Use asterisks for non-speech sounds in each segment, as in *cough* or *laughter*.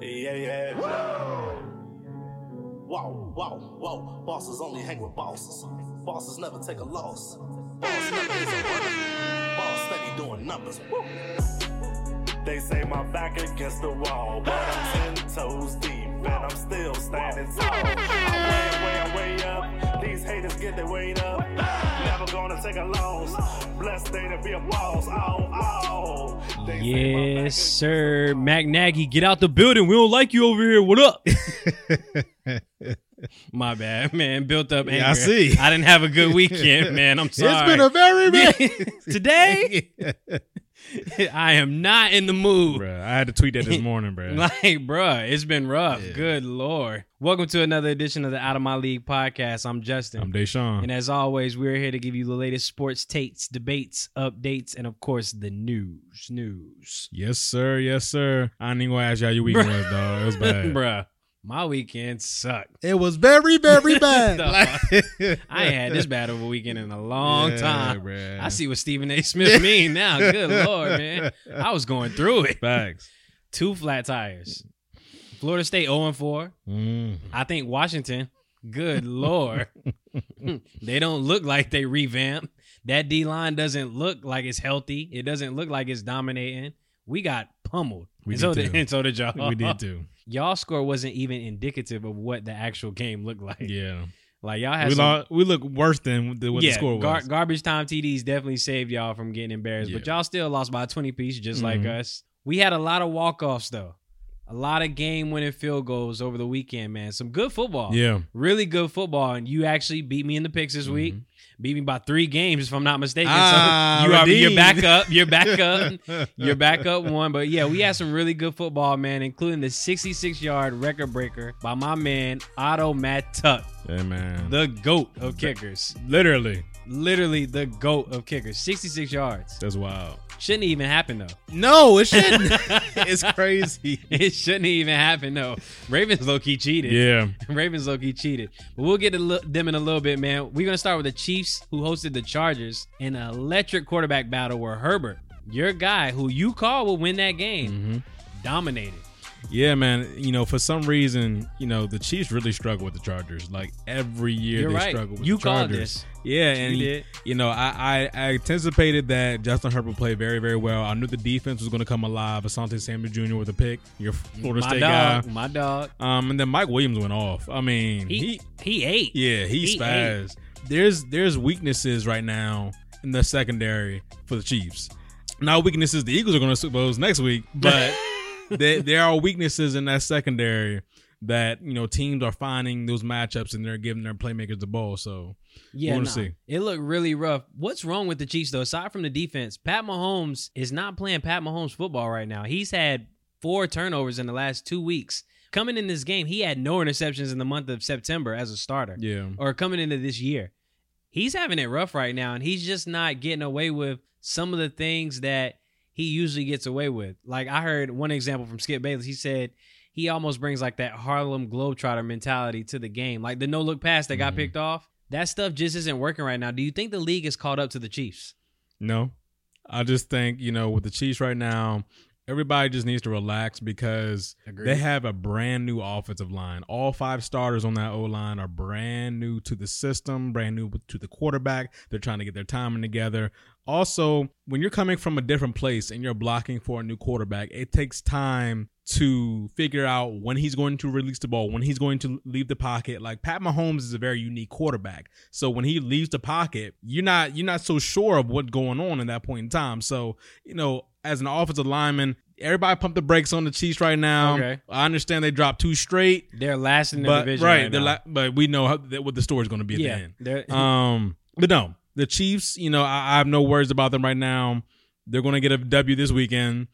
Yeah, yeah. Whoa, whoa, whoa. Bosses only hang with bosses. Bosses never take a loss. Boss never is a winner. Boss steady doing numbers. Woo. They say my back against the wall, but I'm ten toes deep and I'm still standing tall. I'm way, way, way up. These haters get their weight up. Never gonna take a loss. Blessed day to be a boss. Oh, oh. They say my back Yes, against sir. Mac Nagy, get out the building. We don't like you over here. What up? *laughs* My bad, man. Built up anger. Yeah, I see. I didn't have a good weekend, *laughs* man. I'm sorry. It's been *laughs* a very bad. Today, *laughs* I am not in the *laughs* mood. Bruh, I had to tweet that this morning, bruh. *laughs* Like, bruh, it's been rough. Yeah. Good lord. Welcome to another edition of the Out of My League podcast. I'm Justin. I'm and Deshaun. as always, we're here to give you the latest sports takes, debates, updates, and of course, the news. News. *laughs* Yes, sir. Yes, sir. I ain't gonna ask y'all your week was, dog. It *laughs* was bad. Bruh, my weekend *laughs* sucked. It was *laughs* very, very The Like- I ain't had this bad of a weekend in a long Yeah, time. bruh. I see what Stephen A. Smith mean now. Good lord, man. I was going through it. Facts. Two flat tires. Florida State 0 4. Mm. I think Washington, good *laughs* lord. they don't look like they revamped. That D line doesn't look like it's healthy. It doesn't look like it's dominating. We got pummeled. We and, did so did, *laughs* too. and so did y'all. We *laughs* did too. Y'all score wasn't even indicative of what the actual game looked like. Yeah. Like y'all had We, some lost, we look worse than what the, what the score was. gar- garbage time TDs definitely saved y'all from getting embarrassed, but Yeah. y'all still lost by a 20 piece, just like Mhm. us. We had a lot of walk offs, though. A lot of game winning field goals over the weekend, man. Some good football. yeah. Really good football. And you actually beat me in the picks this week. Mhm. Beat me by three games, if I'm not mistaken. Ah, so *laughs* you are, you're redeemed. back up. You're back up. *laughs* You're back up one, but yeah, we had some really good football, man, including the 66 yard record breaker by my man Otto Matt Tuck, Yeah, man. the goat of kickers Literally. literally the goat of kickers. 66 yards. That's wild. Shouldn't even happen though. *laughs* No, it shouldn't. *laughs* it's crazy. It shouldn't even happen though. Ravens low key cheated. Yeah. *laughs* Ravens low key cheated. But we'll get to lo- them in a little bit, man. We're gonna start with the Chiefs who hosted the Chargers in an electric quarterback battle where Herbert, your guy who you call will win that game, Mm-hmm. dominated. Yeah, man. You know, for some reason, you know, the Chiefs really struggle with the Chargers. Like every year, You're they right. struggle with You the called Chargers. this. Yeah, and You you, did. know, I, I I anticipated that Justin Herbert played very, very well. I knew the defense was going to come alive. Asante Samuel Jr. with a pick, your Florida my State dog, guy, my dog. um, and then Mike Williams went off. I mean, He he, he, ate. yeah, he, he spazzed. There's there's weaknesses right now in the secondary for the Chiefs. Now weaknesses the Eagles are going to suppose next week, but there, there are weaknesses in that secondary that you know teams are finding those matchups and they're giving their playmakers the ball. So Yeah, wanna nah. see. it looked really rough. What's wrong with the Chiefs though? Aside from the defense, Pat Mahomes is not playing Pat Mahomes football right now. He's had four turnovers in the last two weeks. Coming in this game, he had no interceptions in the month of September as a starter, yeah, or coming into this year. He's having it rough right now, and he's just not getting away with some of the things that he usually gets away with. Like I heard one example from Skip Bayless. He said he almost brings like that Harlem Globetrotter mentality to the game, like the no look pass that got Mhm. picked off. That stuff just isn't working right now. Do you think the league is caught up to the Chiefs? no, I just think you know with the Chiefs right now, everybody just needs to relax because Agree. they have a brand new offensive line. All five starters on that O line are brand new to the system, brand new to the quarterback. They're trying to get their timing together. Also, when you're coming from a different place and you're blocking for a new quarterback, it takes time to figure out when he's going to release the ball, when he's going to leave the pocket. Like Pat Mahomes is a very unique quarterback. So when he leaves the pocket, you're not you're not so sure of what's going on in that point in time. So, you know, as an offensive lineman, everybody pump the brakes on the Chiefs right now. Okay. I understand they dropped two straight, They're last in the but division right, right, they're now. la- but we know how, that, what the story's going to be at yeah, the end they're- *laughs* um, but no, the Chiefs. You know, I, I have no words about them right now. They're going to get a W this weekend,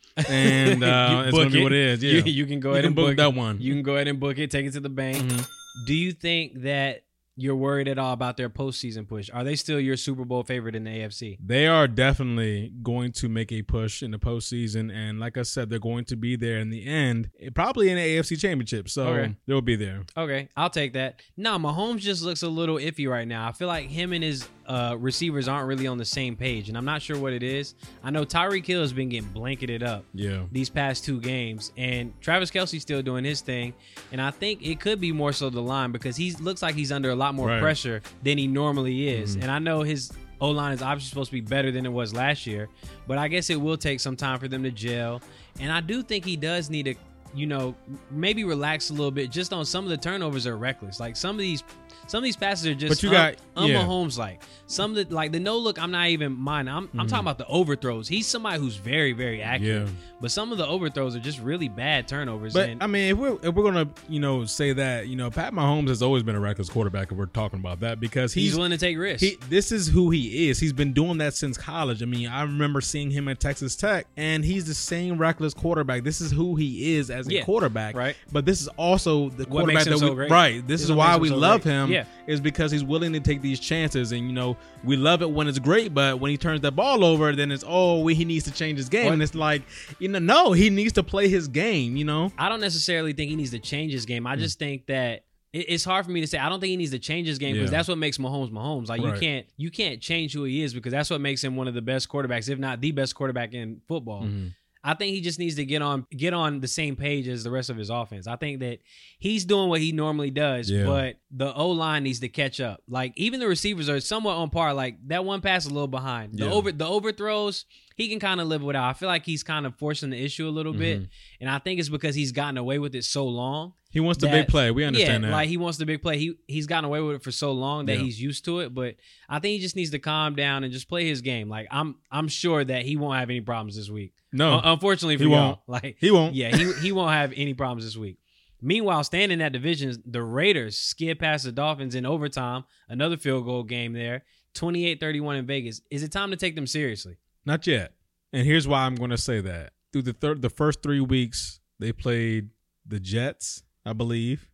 *laughs* and You uh, it's going book it. to be what it is. Yeah, *laughs* you, you can go You ahead can and book book Mm-hmm. that it. one. You can go ahead and book it, take it to the bank. Mhm. Do you think that you're worried at all about their postseason push? Are they still your Super Bowl favorite in the AFC? they are definitely going to make a push in the postseason, and like I said, they're going to be there in the end, eh, probably in the AFC Championship. So Okay. they'll be there. Okay, I'll take that. Nah, Mahomes just looks a little iffy right now. I feel like him and his uh, receivers aren't really on the same page, and I'm not sure what it is. I know Tyreek Hill has been getting blanketed up Yeah. these past two games, and Travis Kelsey's still doing his thing, and I think it could be more so the line because he looks like he's under a lot more Right. Mm-hmm. pressure than he normally is, and I know his O line is obviously supposed to be better than it was last year, but I guess it will take some time for them to gel, and I do think he does need to. You know, maybe relax a little bit just on some of the turnovers are reckless. Like some of these, some of these passes are just But you un- got- yeah. un- Mahomes like some of the like the no look. I'm not even mine. I'm I'm talking about the overthrows. He's somebody who's very very accurate, Mm-hmm. Yeah. but some of the overthrows are just really bad turnovers. But and I mean, if we're if we're gonna you know say that you know Pat Mahomes has always been a reckless quarterback, if we're talking about that because he's, he's, willing to take risks. he this is who he is. He's been doing that since college. I mean, I remember seeing him at Texas Tech, and he's the same reckless quarterback. This is who he is as a Yeah, quarterback, right. But this is also the What quarterback makes him that so we great. right. This This is is what why makes him we so love great. him. Yeah. is because he's willing to take these chances, and you know we love it when it's great, but when he turns that ball over, then it's oh we, he needs to change his game, What? and it's like you know no he needs to play his game. You know I don't necessarily think he needs to change his game. Hmm. I just think that it- it's hard for me to say. I don't think he needs to change his game because Yeah. that's what makes Mahomes Mahomes. Like Right. you can't you can't change who he is because that's what makes him one of the best quarterbacks, if not the best quarterback in football. Mm-hmm. I think he just needs to get on get on the same page as the rest of his offense. I think that he's doing what he normally does, Yeah. but the O line needs to catch up. Like even the receivers are somewhat on par. Like that one pass a little behind. The Yeah. over the overthrows he can kind of live without. I feel like he's kind of forcing the issue a little Mm-hmm. bit, and I think it's because he's gotten away with it so long. He wants the that- big play. We understand yeah, that. like he wants the big play. He he's gotten away with it for so long that Yeah. he's used to it. But I think he just needs to calm down and just play his game. Like I'm I'm sure that he won't have any problems this week. no, Un- unfortunately for Oh. He y'all, won't. *laughs* like he won't. yeah, he he won't have any problems this week. Meanwhile, staying in that division, the Raiders skid past the Dolphins in overtime, another field goal game there, 28-31 in Vegas. Is it time to take them seriously? Not yet. And here's why I'm going to say that. Through the third, the first three weeks, they played the Jets, I believe,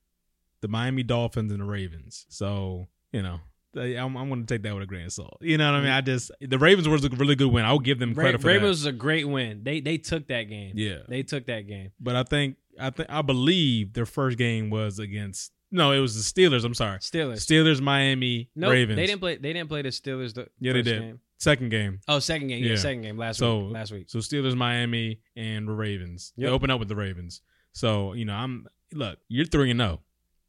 the Miami Dolphins, and the Ravens. So you know, they, I'm, I'm going to take that with a grain of salt. You know what I mean? I just the Ravens was a really good win. I'll give them Ra- credit for Ravens was a great win. They they took that game. that. Yeah, They took that game. but I think I think I believe their first game was against. No, it was the Steelers. I'm sorry, Steelers. Steelers, Miami, No, Ravens. they didn't play. They didn't play the Steelers. The Yeah, they first did. Game. Second game, Oh, second game. Yeah, Yeah. second game last So- week. Last week. So Steelers, Miami, and the Ravens. Yep. They open up with the Ravens. So you know, I'm look. You're three and zero.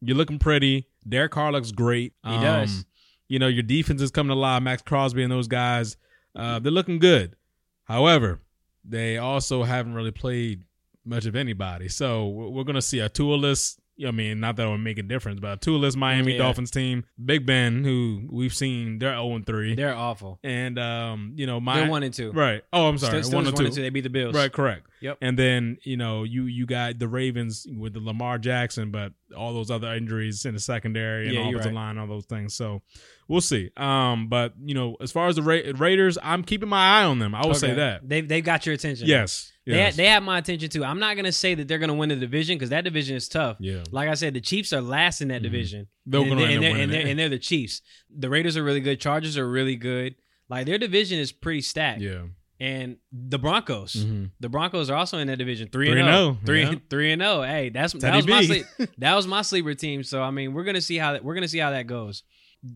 You're looking pretty. Derek Carr looks great. Um, He does. You know your defense is coming alive. Max Crosby and those guys, uh, they're looking good. However, they also haven't really played much of anybody. So we're we're gonna see a tool-less. I mean, not that it would make a difference, but a tool-less Miami Yeah. Dolphins team. Big Ben, who we've seen, they're zero and three, They're awful. and um, you know, They're my one and two. right. Oh, I'm sorry, Steelers one and two. They beat the Bills. Right, correct. Yep. And then you know you you got the Ravens with the Lamar Jackson, but all those other injuries in the secondary and Yeah, you're offensive right. line, all those things. So we'll see. Um, but you know, as far as the Ra- Raiders, I'm keeping my eye on them. I will say Okay. that. They've they've got your attention. Yes. They, yes. they have my attention too. I'm not gonna say that they're gonna win the division because that division is tough. yeah. Like I said, the Chiefs are last in that Mhm. division. They're and, gonna and end up they're, winning and, they're, it. and they're the Chiefs. The Raiders are really good. Chargers are really good. Like their division is pretty stacked. Yeah. And Mm-hmm. the Broncos. Mhm. The Broncos are also in that division. Three Three and and zero. oh, Three yeah. three and zero. Hey, that's that Teddy was my B. sleep, that was my sleeper team. So I mean, we're gonna see how that we're gonna see how that goes.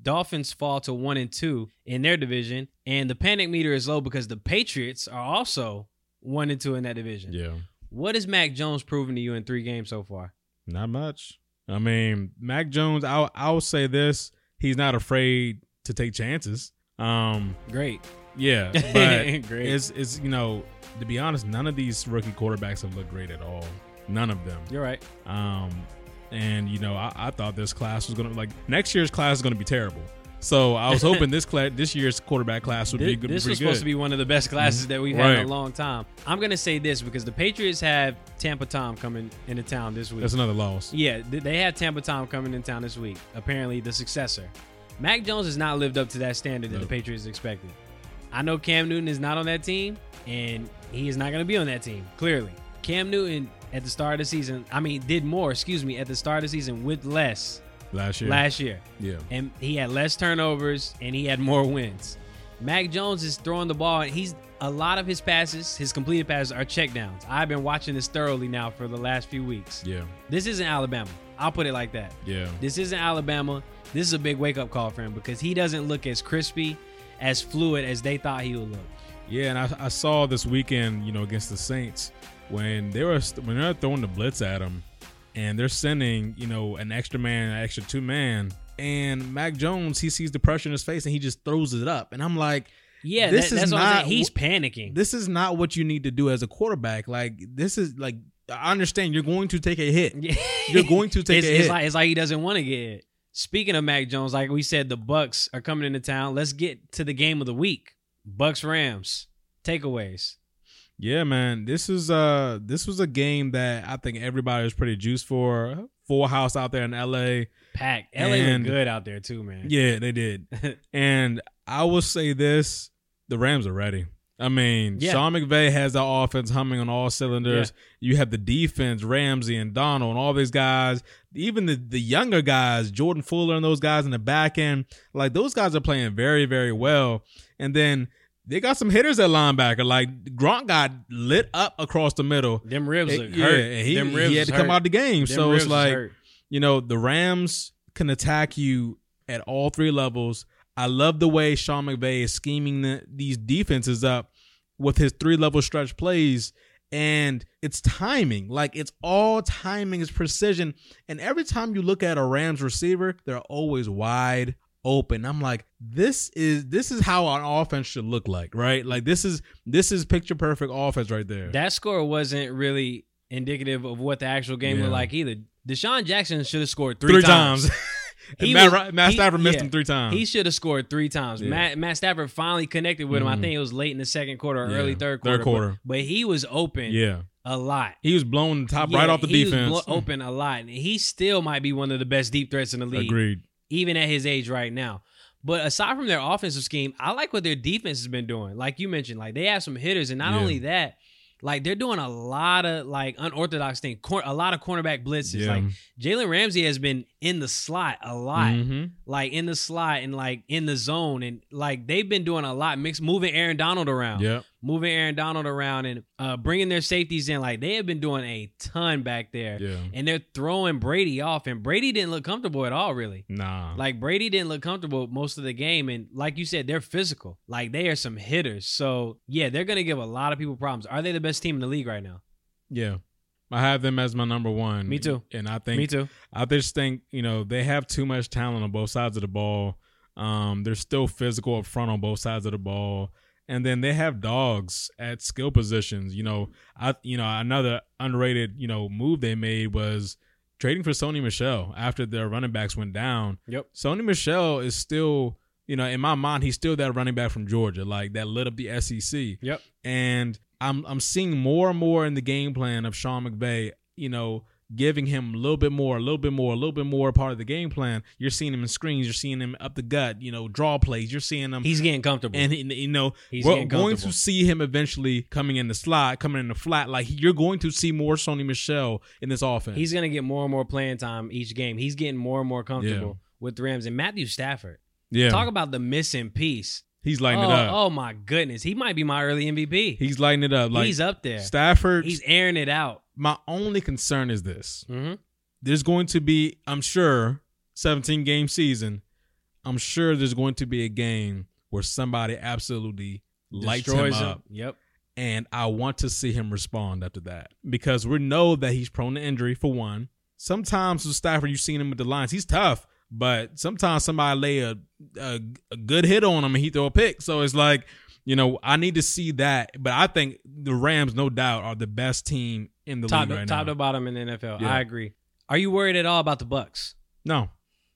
Dolphins fall to one and two in their division, and the panic meter is low because the Patriots are also one and two in that division. Yeah. What has Mac Jones proven to you in three games so far? Not much. I mean, Mac Jones. I'll I'll say this. He's not afraid to take chances. Um. Great. *laughs* Yeah. *laughs* But Great. It's it's you know to be honest, none of these rookie quarterbacks have looked great at all. None of them. You're right. Um, and you know I, I thought this class was gonna like next year's class is gonna be terrible. So I was hoping this class this year's quarterback class would be This, good. this pretty was supposed good. Mm-hmm. to be one of the best classes that we've had in Right. a long time. I'm gonna say this because the Patriots have Tampa Tom coming into town this week. That's another loss. Yeah, th- they have Tampa Tom coming in town this week. Apparently, the successor. Mac Jones has not lived up to that standard that No. the Patriots expected. I know Cam Newton is not on that team, and he is not going to be on that team, clearly. Cam Newton at the start of the season, I mean, did more, excuse me, at the start of the season with less Last year. last year. yeah. And he had less turnovers and he had more wins. Mac Jones is throwing the ball, and he's a lot of his passes, his completed passes, are checkdowns. I've been watching this thoroughly now for the last few weeks. Yeah. This isn't Alabama. I'll put it like that. Yeah. This isn't Alabama. This is a big wake up call for him because he doesn't look as crispy, as fluid as they thought he would look. Yeah, and I, I saw this weekend, you know, against the Saints when they were when they're throwing the blitz at him, and they're sending you know an extra man, an extra two man, and Mac Jones he sees the pressure in his face and he just throws it up, and I'm like, Yeah, This this that, is that's what I'm not saying. He's panicking. this is not what you need to do as a quarterback. Like this is like I understand you're going to take a hit, *laughs* Yeah. you're going to take it's, a it's hit. like it's like he doesn't want to get it. Speaking of Mac Jones, like we said, the Bucks are coming into town. Let's get to the game of the week. Bucks Rams takeaways. Yeah, man. This is uh this was a game that I think everybody was pretty juiced for. Full house out there in LA. Pack. LA And- look good out there too, man. Yeah, *laughs* they did. and I will say this, the Rams are ready. I mean, Yeah. Sean McVay has the offense humming on all cylinders. You have the defense, Ramsey and Donald and all these guys, even the, the younger guys, Jordan Fuller and those guys in the back end, like those guys are playing very, very well. And then they got some hitters at linebacker. Like Gronk got lit up across the middle. Them ribs It- look yeah, hurt. and he, Them ribs he had to is come hurt. out the game. Them so ribs it's is like, hurt. you know, the Rams can attack you at all three levels. I love the way Sean McVay is scheming the, these defenses up with his three level stretch plays. And it's timing. Like it's all timing, it's precision. And every time you look at a Rams receiver, they're always wide open. I'm like, this is this is how an offense should look like, right? Like this is this is picture perfect offense right there. that score wasn't really indicative of what the actual game Yeah. looked like either. Deshaun Jackson should have scored three, three, times. *laughs* He and Matt, was- Ry- Matt he- Stafford missed yeah. him three *laughs* times. He should have scored three times. Yeah. Matt, Matt Stafford finally connected with him. I Mhm. think it was late in the second quarter or Yeah, early third quarter. third quarter. But, but he was open yeah. a lot. He was blown the top right Yeah, off the he was defense. blo- open a lot. And he still might be one of the best deep threats in the league, Agreed. even at his age right now. But aside from their offensive scheme, I like what their defense has been doing. Like you mentioned, like they have some hitters, and not Yeah. only that, like they're doing a lot of like unorthodox thing, cor- a lot of cornerback blitzes. Yeah. Like Jalen Ramsey has been in the slot a lot Mhm. like in the slot and like in the zone and like they've been doing a lot mix moving Aaron Donald around Yep. moving Aaron Donald around and uh bringing their safeties in like they have been doing a ton back there Yeah. and they're throwing Brady off and Brady didn't look comfortable at all really Nah. like Brady didn't look comfortable most of the game and like you said they're physical like they are some hitters so yeah they're going to give a lot of people problems are they the best team in the league right now yeah. I have them as my number one. Me too. And I think me too I just think, you know, they have too much talent on both sides of the ball. Um, they're still physical up front on both sides of the ball. And then they have dogs at skill positions. You know, I you know, another underrated, you know, move they made was trading for Sony Michelle after their running backs went down. Yep. Sony Michelle is still, you know, in my mind, he's still that running back from Georgia, like that lit up the SEC. Yep. E And I'm I'm seeing more and more in the game plan of Sean McVay, you know, giving him a little bit more, a little bit more, a little bit more part of the game plan. You're seeing him in screens, you're seeing him up the gut, you know, draw plays, you're seeing him he's getting comfortable and he- you know He's we're getting going to comfortable. see him eventually coming in the slot, coming in the flat. Like you're going to see more Sony Michelle in this offense. He's gonna get more and more playing time each game. He's getting more and more comfortable with the Rams. And Matthew Stafford, yeah, talk about the missing piece. he's Oh, lighting it up. oh my goodness, he might be my early MVP. He's lighting it up. Like he's up there. Stafford. He's airing it out. my only concern is this: Mhm. there's going to be, I'm sure, 17 game season. I'm sure there's going to be a game where somebody absolutely lights him, Destroys up, Yep. and I want to see him respond after that because we know that he's prone to injury for one. Sometimes with Stafford, you've seen him with the Lions, he's tough, but sometimes somebody lay a, a a good hit on him and he throw a pick. So it's like, you know, I need to see that. But I think the Rams, no doubt, are the best team in the Top league right top now. to bottom in the NFL. Yeah. I agree. Are you worried at all about the Bucks? no,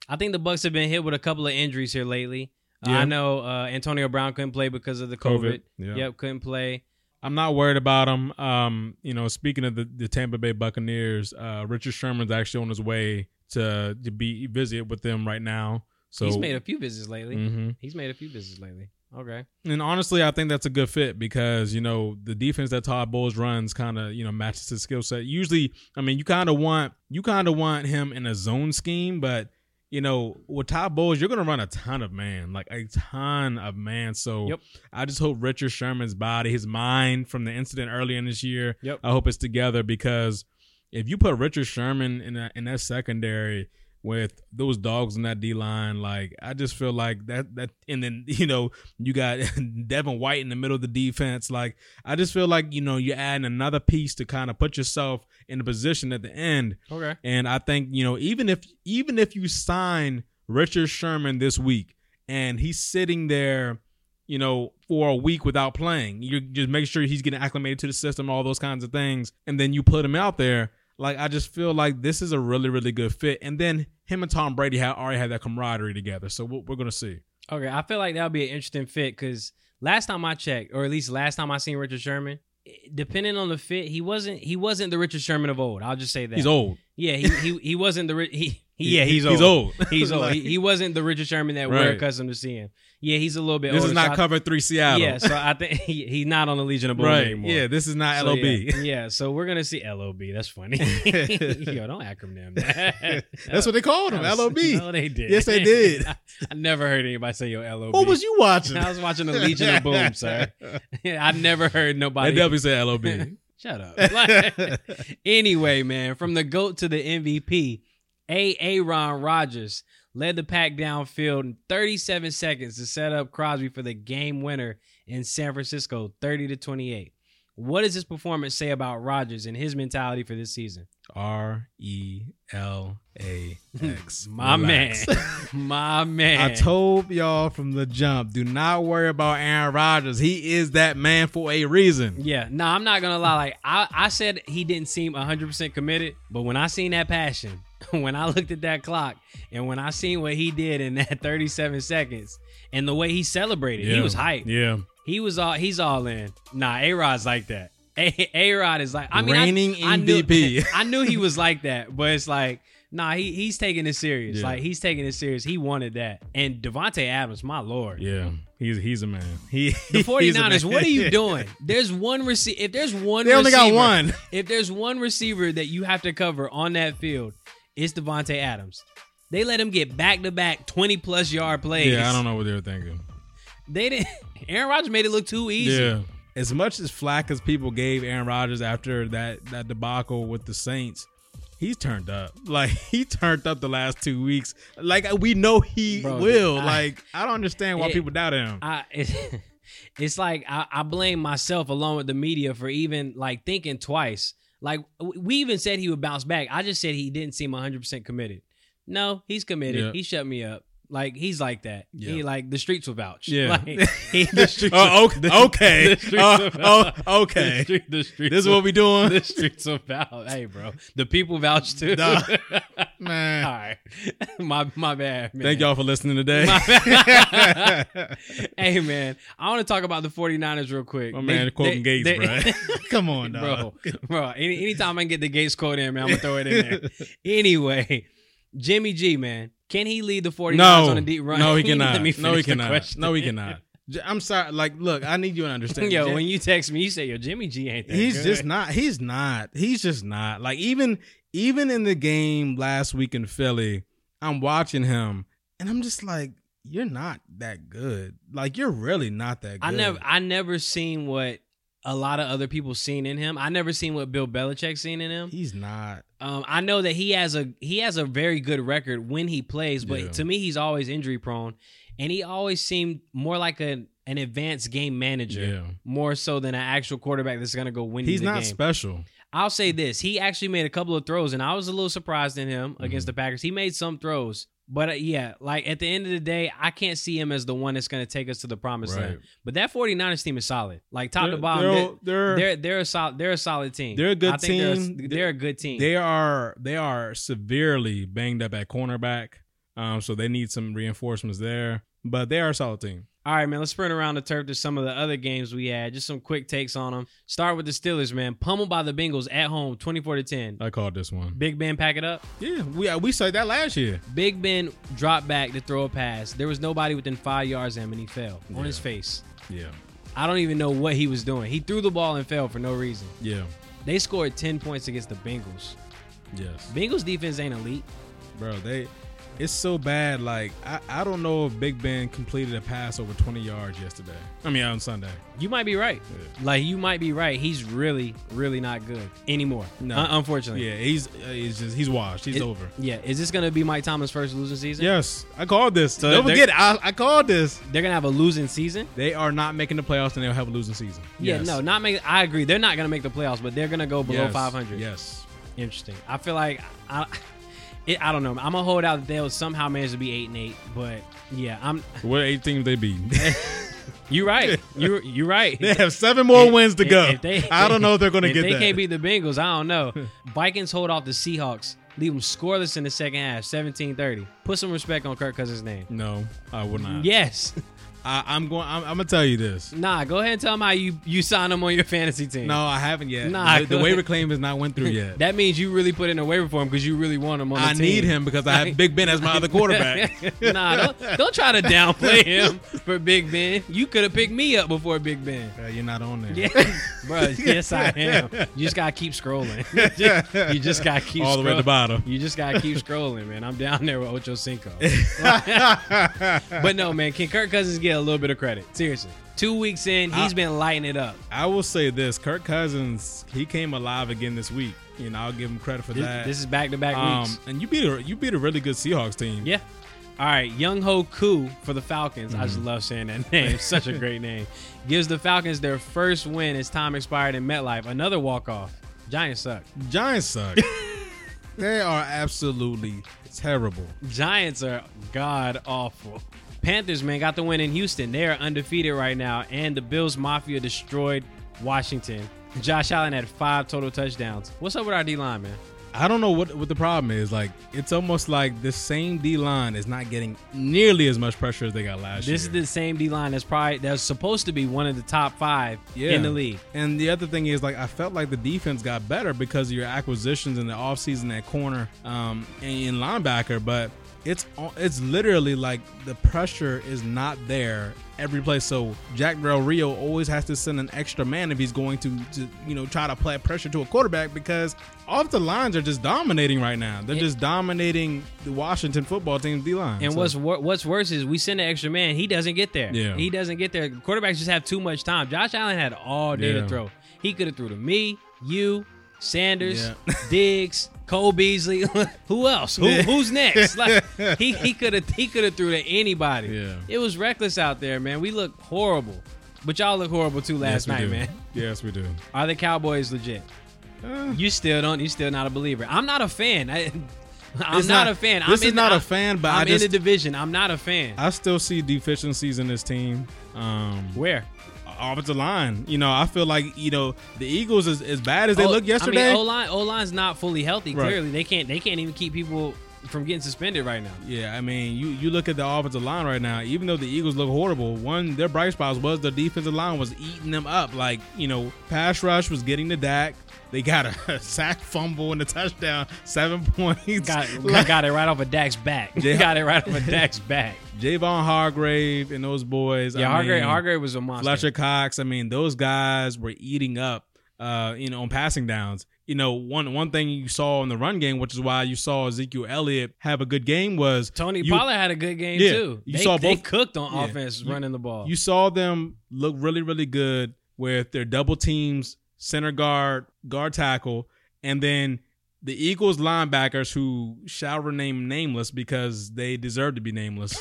I think the Bucks have been hit with a couple of injuries here lately. Uh, Yeah. I know uh, Antonio Brown couldn't play because of the COVID. Yeah. Yep, couldn't play. I'm not worried about him. Um, you know, speaking of the, the Tampa Bay Buccaneers, uh, Richard Sherman's actually on his way to to be visit with them right now. So He's made a few visits lately. Mhm. He's made a few visits lately. Okay. And honestly, I think that's a good fit because you know the defense that Todd Bowles runs kind of you know matches his skill set. Usually, I mean, you kind of want you kind of want him in a zone scheme, but you know with Todd Bowles, you're gonna run a ton of man, like a ton of man. So Yep. I just hope Richard Sherman's body, his mind from the incident earlier in this year, Yep. I hope it's together because If you put Richard Sherman in that in that secondary with those dogs in that D line, like I just feel like that that and then *laughs* you know you got *laughs* Devin White in the middle of the defense. Like I just feel like you know you're adding another piece to kind of put yourself in a position at the end. Okay. And I think you know even if even if you sign Richard Sherman this week and he's sitting there, you know, for a week without playing, you just make sure he's getting acclimated to the system, all those kinds of things, and then you put him out there. Like I just feel like this is a really really good fit. And then him and Tom Brady had already had that camaraderie together, so we're, we're gonna see. Okay. I feel like that would be an interesting fit because last time I checked, or at least last time I seen Richard Sherman, eh, depending on the fit, he wasn't he wasn't the Richard Sherman of old. I'll just say that He's old. Yeah. He he, he wasn't the ri- he. he- Yeah, he's old. He's old. *laughs* He's old. Like, he, he wasn't the Richard Sherman that we're Right. accustomed to seeing. Yeah, he's a little bit. this older, is so I- not cover three Seattle. Yeah, so I think *laughs* he, he's not on the Legion of Boom right. anymore. Yeah, this is not So, LOB. Yeah, yeah, so we're gonna see LOB. That's funny. Yo, don't acronym that. *laughs* *laughs* That's what they called him. That was- LOB. *laughs* No, they did. Yes, they did. I, *laughs* I never heard anybody say yo LOB. What was you *laughs* watching? I was watching the Legion of Boom, *laughs* sir. *laughs* I never heard They nobody. definitely *laughs* said LOB. Shut up. Like, anyway, man, from the GOAT to the MVP, A. Aaron Rodgers led the pack downfield in 37 seconds to set up Crosby for the game winner in San Francisco, 30 to 28. What does this performance say about Rodgers and his mentality for this season? R E L A X. *laughs* My man. My man. I told y'all from the jump, do not worry about Aaron Rodgers. He is that man for a reason. Yeah, no, I'm not gonna lie. Like I, I said, he didn't seem 100 percent committed, but when I seen that passion, *laughs* when I looked at that clock, and when I seen what he did in that *laughs* 37 seconds, and the way he celebrated, he was hyped. Yeah. He was all, he's all in. Nah, A Rod's like that. A A Rod is like, I mean, I- Reigning I, Knew, MVP. *laughs* I knew he was like that, but it's like, nah, he he's taking it serious. Yeah. Like he's taking it serious. He wanted that. And Devonte Adams, my lord, Yeah. He's he's a man. He *laughs* the he's a 49ers, man. what are you doing? There's one receiver. If there's one *laughs* They only got receiver- one. If there's one receiver that you have to cover on that field, it's Devontae Adams. They let him get back to back 20 plus yard plays. Yeah, I don't know what they were thinking. They didn't *laughs* Aaron Rodgers made it look too easy. Yeah. As much as flack as people gave Aaron Rodgers after that that debacle with the Saints, he's turned up. *laughs* Like he turned up the last two weeks. Like we know he Bro, will. I- like I don't understand why It- people doubt *laughs* him. I it's, *laughs* it's like I, I blame myself along with the media for even like thinking twice. Like w- we even said he would bounce back. I just said he didn't seem 100% committed. No, he's committed. Yeah. He shut me up. Like he's like that. Yeah. He like the streets will vouch. Yeah. *laughs* *laughs* Like, he- Uh, The *laughs* streets are- Oh, okay. *laughs* the streets Uh, are- oh, okay. The street- the streets This is what we *laughs* doing. *laughs* the streets will vouch. Hey, bro, the people vouch too. Nah. *laughs* All Man. right, my my bad. Man. Thank y'all for listening *laughs* today. My *laughs* bad. *laughs* hey man, I want to talk about the 49ers real quick. My man quoting Gates, they- *laughs* bro. *laughs* Come on, bro. dog. Bro, any, anytime I can get the Gates quote in, man, I'm gonna throw it in *laughs* there. anyway, Jimmy G, man, can he lead the 49ers No, on a deep run? no, *laughs* he Let cannot. me No, he finish the cannot. question. No, he cannot. J- I'm sorry. Like, look, I need you to understand. *laughs* Yo, J- when you text me, you say, "Yo, Jimmy G ain't that he's good." just not. He's not. He's just not. Like, even even in the game last week in Philly, I'm watching him, and I'm just like, you're not that good. Like, you're really not that good. I never I never seen what a lot of other people seen in him. I never seen what Bill Belichick seen in him. He's not. Um, I know that he has a he has a very good record when he plays, but Yeah. to me he's always injury prone, and he always seemed more like an an advanced game manager Yeah. more so than an actual quarterback that's gonna go win. you He's the not game. special. I'll say this: he actually made a couple of throws, and I was a little surprised in him Mm-hmm. against the Packers. He made some throws, but uh, yeah, like at the end of the day, I can't see him as the one that's going to take us to the promised Right. land. But that 49ers team is solid, like top They're- to bottom. they're- They're, they're- they're they're a solid they're a solid team. They're a good I think they're a- team. They're a, good team. They are they are severely banged up at cornerback, um, so they need some reinforcements there. But they are a solid team. All right, man. Let's sprint around the turf to some of the other games we had. Just some quick takes on them. Start with the Steelers, man. Pummeled by the Bengals at home, twenty-four to ten. I called this one. Big Ben pack it up. Yeah, we uh, we said that last year. Big Ben dropped back to throw a pass. There was nobody within five yards of him, and he fell on his face. Yeah, I don't even know what he was doing. He threw the ball and fell for no reason. yeah, They scored 10 points against the Bengals. yes, Bengals defense ain't elite. bro. They It's so bad. Like I, I don't know if Big Ben completed a pass over 20 yards yesterday. I mean on Sunday. You might be right. Like you might be right. He's really, really not good anymore. No. un- unfortunately. Yeah, he's uh, he's just he's washed. He's It- over. Yeah. Is this gonna be Mike Thomas' first losing season? Yes, I called this. So don't they're- forget, I, I called this. They're gonna have a losing season. They are not making the playoffs, and they'll have a losing season. Yeah. No. Not make. I agree. They're not gonna make the playoffs, but they're gonna go below 500. Yes. Interesting. I feel like I. *laughs* It, I don't know. I'm gonna hold out that they'll somehow manage to be eight and eight, but yeah, I'm. What eight teams they beat? *laughs* You're right. You you're right. they have seven more If- wins to if- go. if they- I don't know if they're going to if get they that. can't beat the Bengals, I don't know. Vikings hold off the Seahawks, leave them scoreless in the second half, 17-30. Put some respect on Kirk Cousins' name. no, I would not. Yes. *laughs* I, I'm going. I'm, I'm gonna tell you this. Nah, go ahead and tell them how you, you signed him on your fantasy team. No, I haven't yet. Nah, the, the go waiver ahead. claim has not went *laughs* through yet. That means you really put in a waiver for him because you really want him on the I team. need him because *laughs* I have Big Ben as my other quarterback. nah, don't, don't try to downplay him for Big Ben. You could have picked me up before Big Ben. Uh, you're not on there. *laughs* Yeah, bro. Yes, I am. You just gotta keep scrolling. *laughs* you just gotta keep All the way at scroll- the bottom. You just gotta keep scrolling, man. I'm down there with Ocho *laughs* Cinco. but no, man. Can Kirk Cousins get a little bit of credit? Seriously, two weeks in, he's I- been lighting it up. I will say this: Kirk Cousins, he came alive again this week, and I'll give him credit for This, that. this is back to back um, weeks. and you beat a you beat a really good Seahawks team. Yeah. All right, Young Ho Koo for the Falcons. I just love saying that *laughs* name. Such a great name. Gives the Falcons their first win as time expired in MetLife. Another walk off. Giants suck. Giants suck. *laughs* they are absolutely terrible. Giants are god awful. Panthers, man, got the win in Houston. They are undefeated right now, and the Bills Mafia destroyed Washington. Josh Allen had five total touchdowns. What's up with our D line, man? I don't know what what the problem is. Like it's almost like the same D line is not getting nearly as much pressure as they got last year. This is the same D line that's probably that's supposed to be one of the top five Yeah. in the league. And the other thing is, like, I felt like the defense got better because of your acquisitions in the offseason at corner um, and in linebacker, but it's all- it's literally like the pressure is not there every play. So Jack Del Rio always has to send an extra man if he's going to, to you know try to apply pressure to a quarterback because off the lines are just dominating right now. They're And- just dominating the Washington football team's D line. And So- what's wor- what's worse is we send an extra man. He doesn't get there. Yeah. He doesn't get there. Quarterbacks just have too much time. Josh Allen had all day Yeah. to throw. He could have threw to me, you, Sanders, Yeah. *laughs* Diggs, Cole Beasley. *laughs* Who else? Who, Yeah. Who's next? *laughs* Like he he could have he could have threw to anybody. Yeah. It was reckless out there, man. We look horrible, but y'all look horrible too last Yes, we night, do. man. Yes, we do. Are the Cowboys legit? Uh, You still don't. You still not a believer. I'm not a fan. I, *laughs* I'm it's not, a fan. This I'm is in the- not a I'm- fan, but I'm I just in the division. I'm not a fan. I still see deficiencies in this team. Um, Where? offensive line, you know, I feel like you know the Eagles as, as bad as they O- look yesterday. Oh, I mean, O line, O line's not fully healthy. Right. Clearly, they can't, they can't even keep people from getting suspended right now. yeah, I mean, you you look at the offensive line right now. Even though the Eagles look horrible, one their bright spots was the defensive line was eating them up. Like you know, pass rush was getting the Dak. They got a *laughs* sack, fumble, and a touchdown. Seven *laughs* *laughs* points. Got, Like, got it right off of Dak's back. *laughs* Yeah. Got it right off of Dak's back. Javon Hargrave and those boys. Yeah, *laughs* I Hargrave, mean- Hargrave was a monster. Fletcher Cox. I mean, those guys were eating up, uh, you know, on passing downs. You know, one one thing you saw in the run game, which is why you saw Ezekiel Elliott have a good game, was Tony you, Pollard had a good game Yeah, too. you they, saw they both- cooked on yeah, offense you- running the ball. You saw them look really, really good with their double teams, center guard, guard tackle, and then the Eagles linebackers who shall remain nameless because they deserve to be nameless.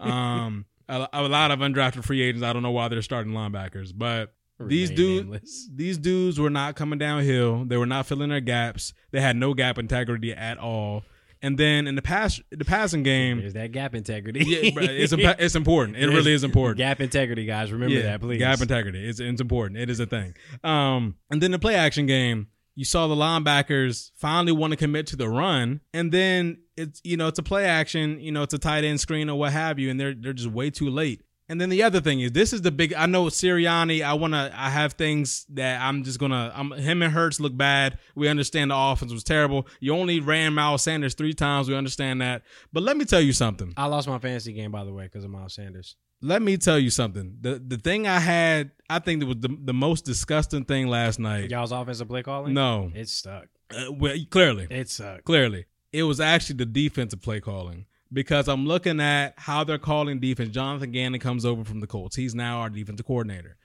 um, a, a lot of undrafted free agents. I don't know why they're starting linebackers, but these Remain dudes nameless. these dudes were not coming downhill they were not filling their gaps they had no gap integrity at all and then in the pass the *laughs* passing game There's that gap integrity. yeah, bruh, *laughs* it's impa- it's important it really is important Gap integrity, guys. Remember that, please. Gap integrity. It's, it's important. It is a thing. Um, and then the play action game, you saw the linebackers finally want to commit to the run, and then it's you know it's a play action, you know it's a tight end screen or what have you, and they're they're just way too late. And then the other thing is, this is the big. I know Sirianni. I wanna. I have things that I'm just gonna. I'm him and Hurts look bad. We understand the offense was terrible. You only ran Miles Sanders three times. We understand that. But let me tell you something I lost my fantasy game by the way because of Miles Sanders. let me tell you something. The the thing I had, I think that was the, the most disgusting thing last night. Y'all's offensive play calling? No, it stuck. Uh, well, clearly, It sucked. clearly, it was actually the defensive play calling because I'm looking at how they're calling defense. Jonathan Gannon comes over from the Colts. He's now our defensive coordinator.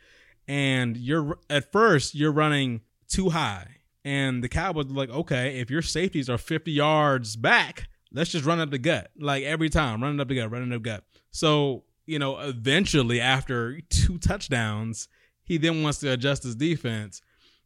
And you're at first you're running too high. And the Cowboys are like, okay, if your safeties are 50 yards back, let's just run up the gut. Like every time, running up the gut, running up the gut. So, you know, eventually after two touchdowns, he then wants to adjust his defense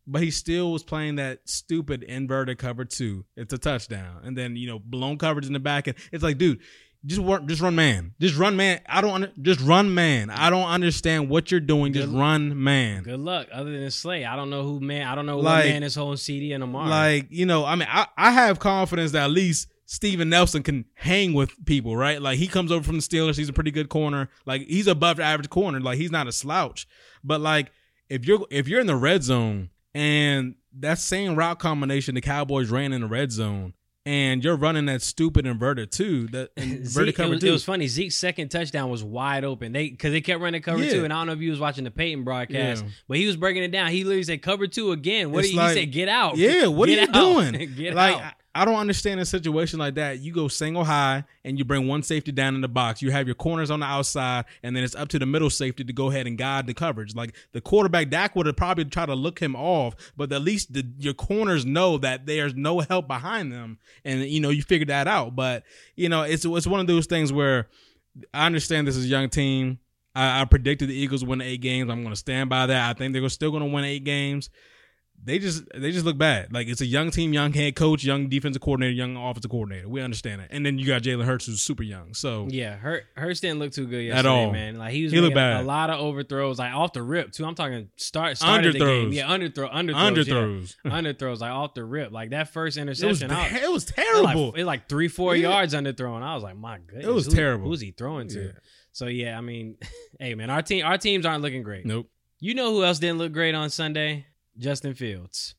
but he still was playing that stupid inverted cover two. It's a touchdown, and then you know blown coverage in the back, and it's like, dude, just work, just run man, just run man. I don't under, just run man. I don't understand what you're doing. Just Good- run man. Good luck. Other than Slay, I don't know who man. I don't know Like- what man is holding CD and Amari. Like you know, I mean, I, I have confidence that at least Steven Nelson can hang with people, right? Like he comes over from the Steelers, he's a pretty good corner. Like he's above average corner. Like he's not a slouch. But like if you're if you're in the red zone and that same route combination the Cowboys ran in the red zone, and you're running that stupid inverted two, *laughs* that *laughs* inverted Zeke, it, cover was, two. it was funny. Zeke's second touchdown was wide open. They because they kept running cover Yeah. two, and I don't know if you was watching the Peyton broadcast, Yeah. but he was breaking it down. He literally said cover two again. What It's did he, like- he say? Get out. *laughs* Yeah, what are Get out. you *laughs* doing? Get like out. I I don't understand a situation like that. You go single high and you bring one safety down in the box. You have your corners on the outside, and then it's up to the middle safety to go ahead and guide the coverage. Like the quarterback, Dak would have probably tried to look him off, but at least the, your corners know that there's no help behind them, and you know you figured that out. But you know it's it's one of those things where I understand this is a young team. I, I predicted the Eagles win eight games. I'm going to stand by that. I think they're still going to win eight games they just they just look bad. Like it's a young team, young head coach, young defensive coordinator, young offensive coordinator. We understand that. And then you got Jalen Hurts who's super young. So Yeah, Hur- Hurst didn't look too good yesterday, At all. man. Like he was He looked making bad. a lot of overthrows, like off the rip too. I'm talking start started the Underthrows. game, yeah, underthrow, underthrows, underthrows, underthrows. yeah. underthrows, like off the rip, like that first It was interception. I was- ba- it was it like- terrible. It like three, four Yeah. yards underthrown. I was like, my goodness, was who- terrible. Who's he throwing to? Yeah. So yeah, I mean, *laughs* hey man, our team, our teams aren't looking great. *laughs* Nope. You know who else didn't look great on Sunday? Justin Fields.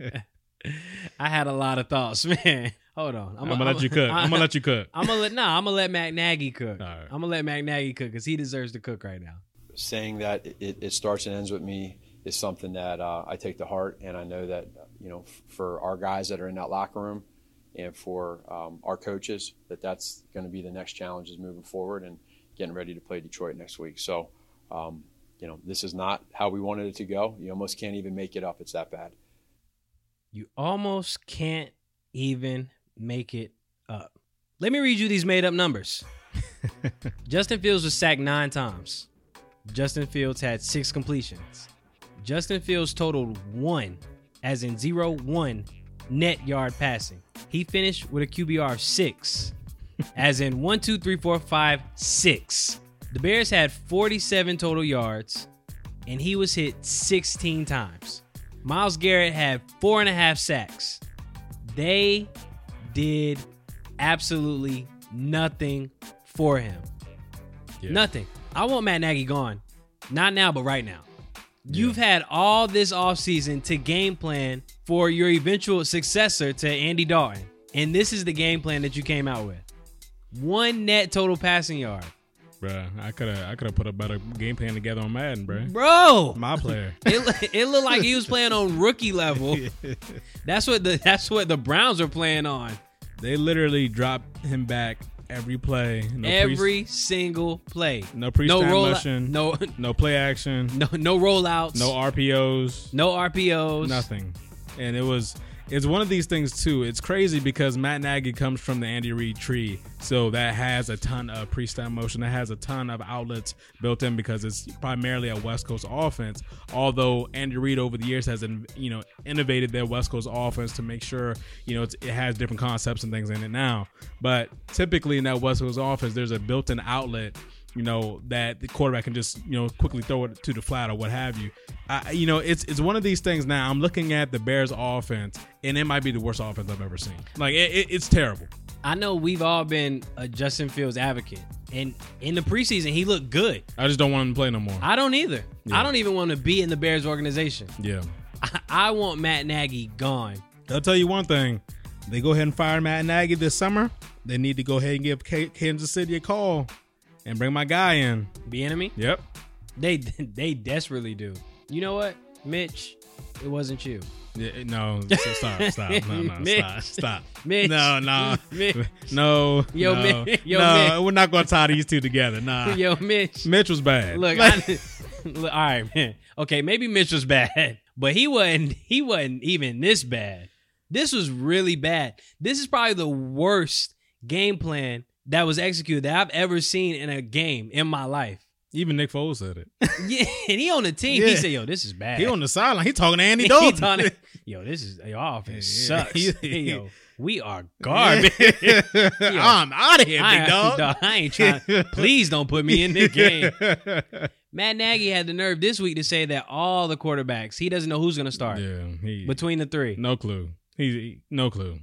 I had a lot of thoughts, *laughs* man. Hold on, I'm, gonna let you *laughs* cook. I'm gonna let you cook. I'm gonna let no. I'm gonna let Mac Nagy cook. All right. I'm gonna let Mac Nagy cook because he deserves to cook right now. saying that it, it starts and ends with me is something that uh, I take to heart, and I know that you know f- for our guys that are in that locker room, and for um, our coaches, that that's going to be the next challenge is moving forward and getting ready to play Detroit next week. So, um, you know, this is not how we wanted it to go. You almost can't even make it up. It's that bad. You almost can't even make it up. Let me read you these made up numbers. Justin Fields was sacked nine times. Justin Fields had six completions. Justin Fields totaled one, as in zero one net yard passing. He finished with a QBR of six, as in one, two, three, four, five, six. The Bears had 47 total yards, and he was hit 16 times. Miles Garrett had four and a half sacks. They did absolutely nothing for him. Yeah. Nothing. I want Matt Nagy gone. Not now, but right now. You've had all this offseason to game plan for your eventual successor to Andy Dalton. And this is the game plan that you came out with. One net total passing yard. Bruh, I could have I could have put a better game plan together on Madden, *laughs* bruh. Bro, *laughs* My player. it, it looked like he was playing on rookie level. That's what the that's what the Browns are playing on They literally dropped him back every play. No pre- every single play. no pre no roll motion. no *laughs* no play action. no no rollouts. *laughs* No RPOs. no RPOs. Nothing. And it was it's one of these things too. It's crazy because Matt Nagy comes from the Andy Reid tree, so that has a ton of freestyle motion. That has a ton of outlets built in because it's primarily a West Coast offense. Although Andy Reid over the years has you know innovated their West Coast offense to make sure you know it's, it has different concepts and things in it now. But typically in that West Coast offense, there's a built-in outlet you know that the quarterback can just you know quickly throw it to the flat or what have you. I, you know it's it's one of these things. Now I'm looking at the Bears' offense, and it might be the worst offense I've ever seen. Like it, it, it's terrible. I know we've all been a Justin Fields advocate, and in the preseason he looked good. I just don't want them to play no more. I don't either. Yeah. I don't even want to be in the Bears organization. *laughs* yeah, I, I want Matt Nagy gone. I'll tell you one thing. They go ahead and fire Matt Nagy this summer. They need to go ahead and give K- Kansas City a call and bring my guy in. Be enemy. Yep. *laughs* They they desperately do. You know what, Mitch? It wasn't you. Yeah, no, s- stop, stop, no, no, Mitch. *laughs* stop, stop. Mitch. No, no, *laughs* Mitch. no, Yo, no, Mi- *laughs* yo, no. Mitch. We're not gonna tie these two together. Nah, *laughs* Yo, Mitch. Mitch was bad. Look, I, *laughs* look, all right, man. Okay, maybe Mitch was bad, *laughs* but he wasn't. He wasn't even this bad. This was really bad. This is probably the worst game plan that was executed that I've ever seen in a game in my life. *laughs* even Nick Foles said it. Yeah, and he on the team. He Yeah. said, "Yo, this is bad." He on the sideline. He talking to Andy Dalton. *laughs* He done *laughs* it. Yo, this is y'all offense Yeah, sucks. *laughs* yeah. *laughs* Hey, yo, we are garbage. *laughs* I'm out of here, I, *laughs* big dog. dog, I ain't *laughs* trying. Please don't put me in this game. Matt Nagy had the nerve this week to say that all the quarterbacks, he doesn't know who's going to start Yeah, he, between the three. no clue. He, he no clue.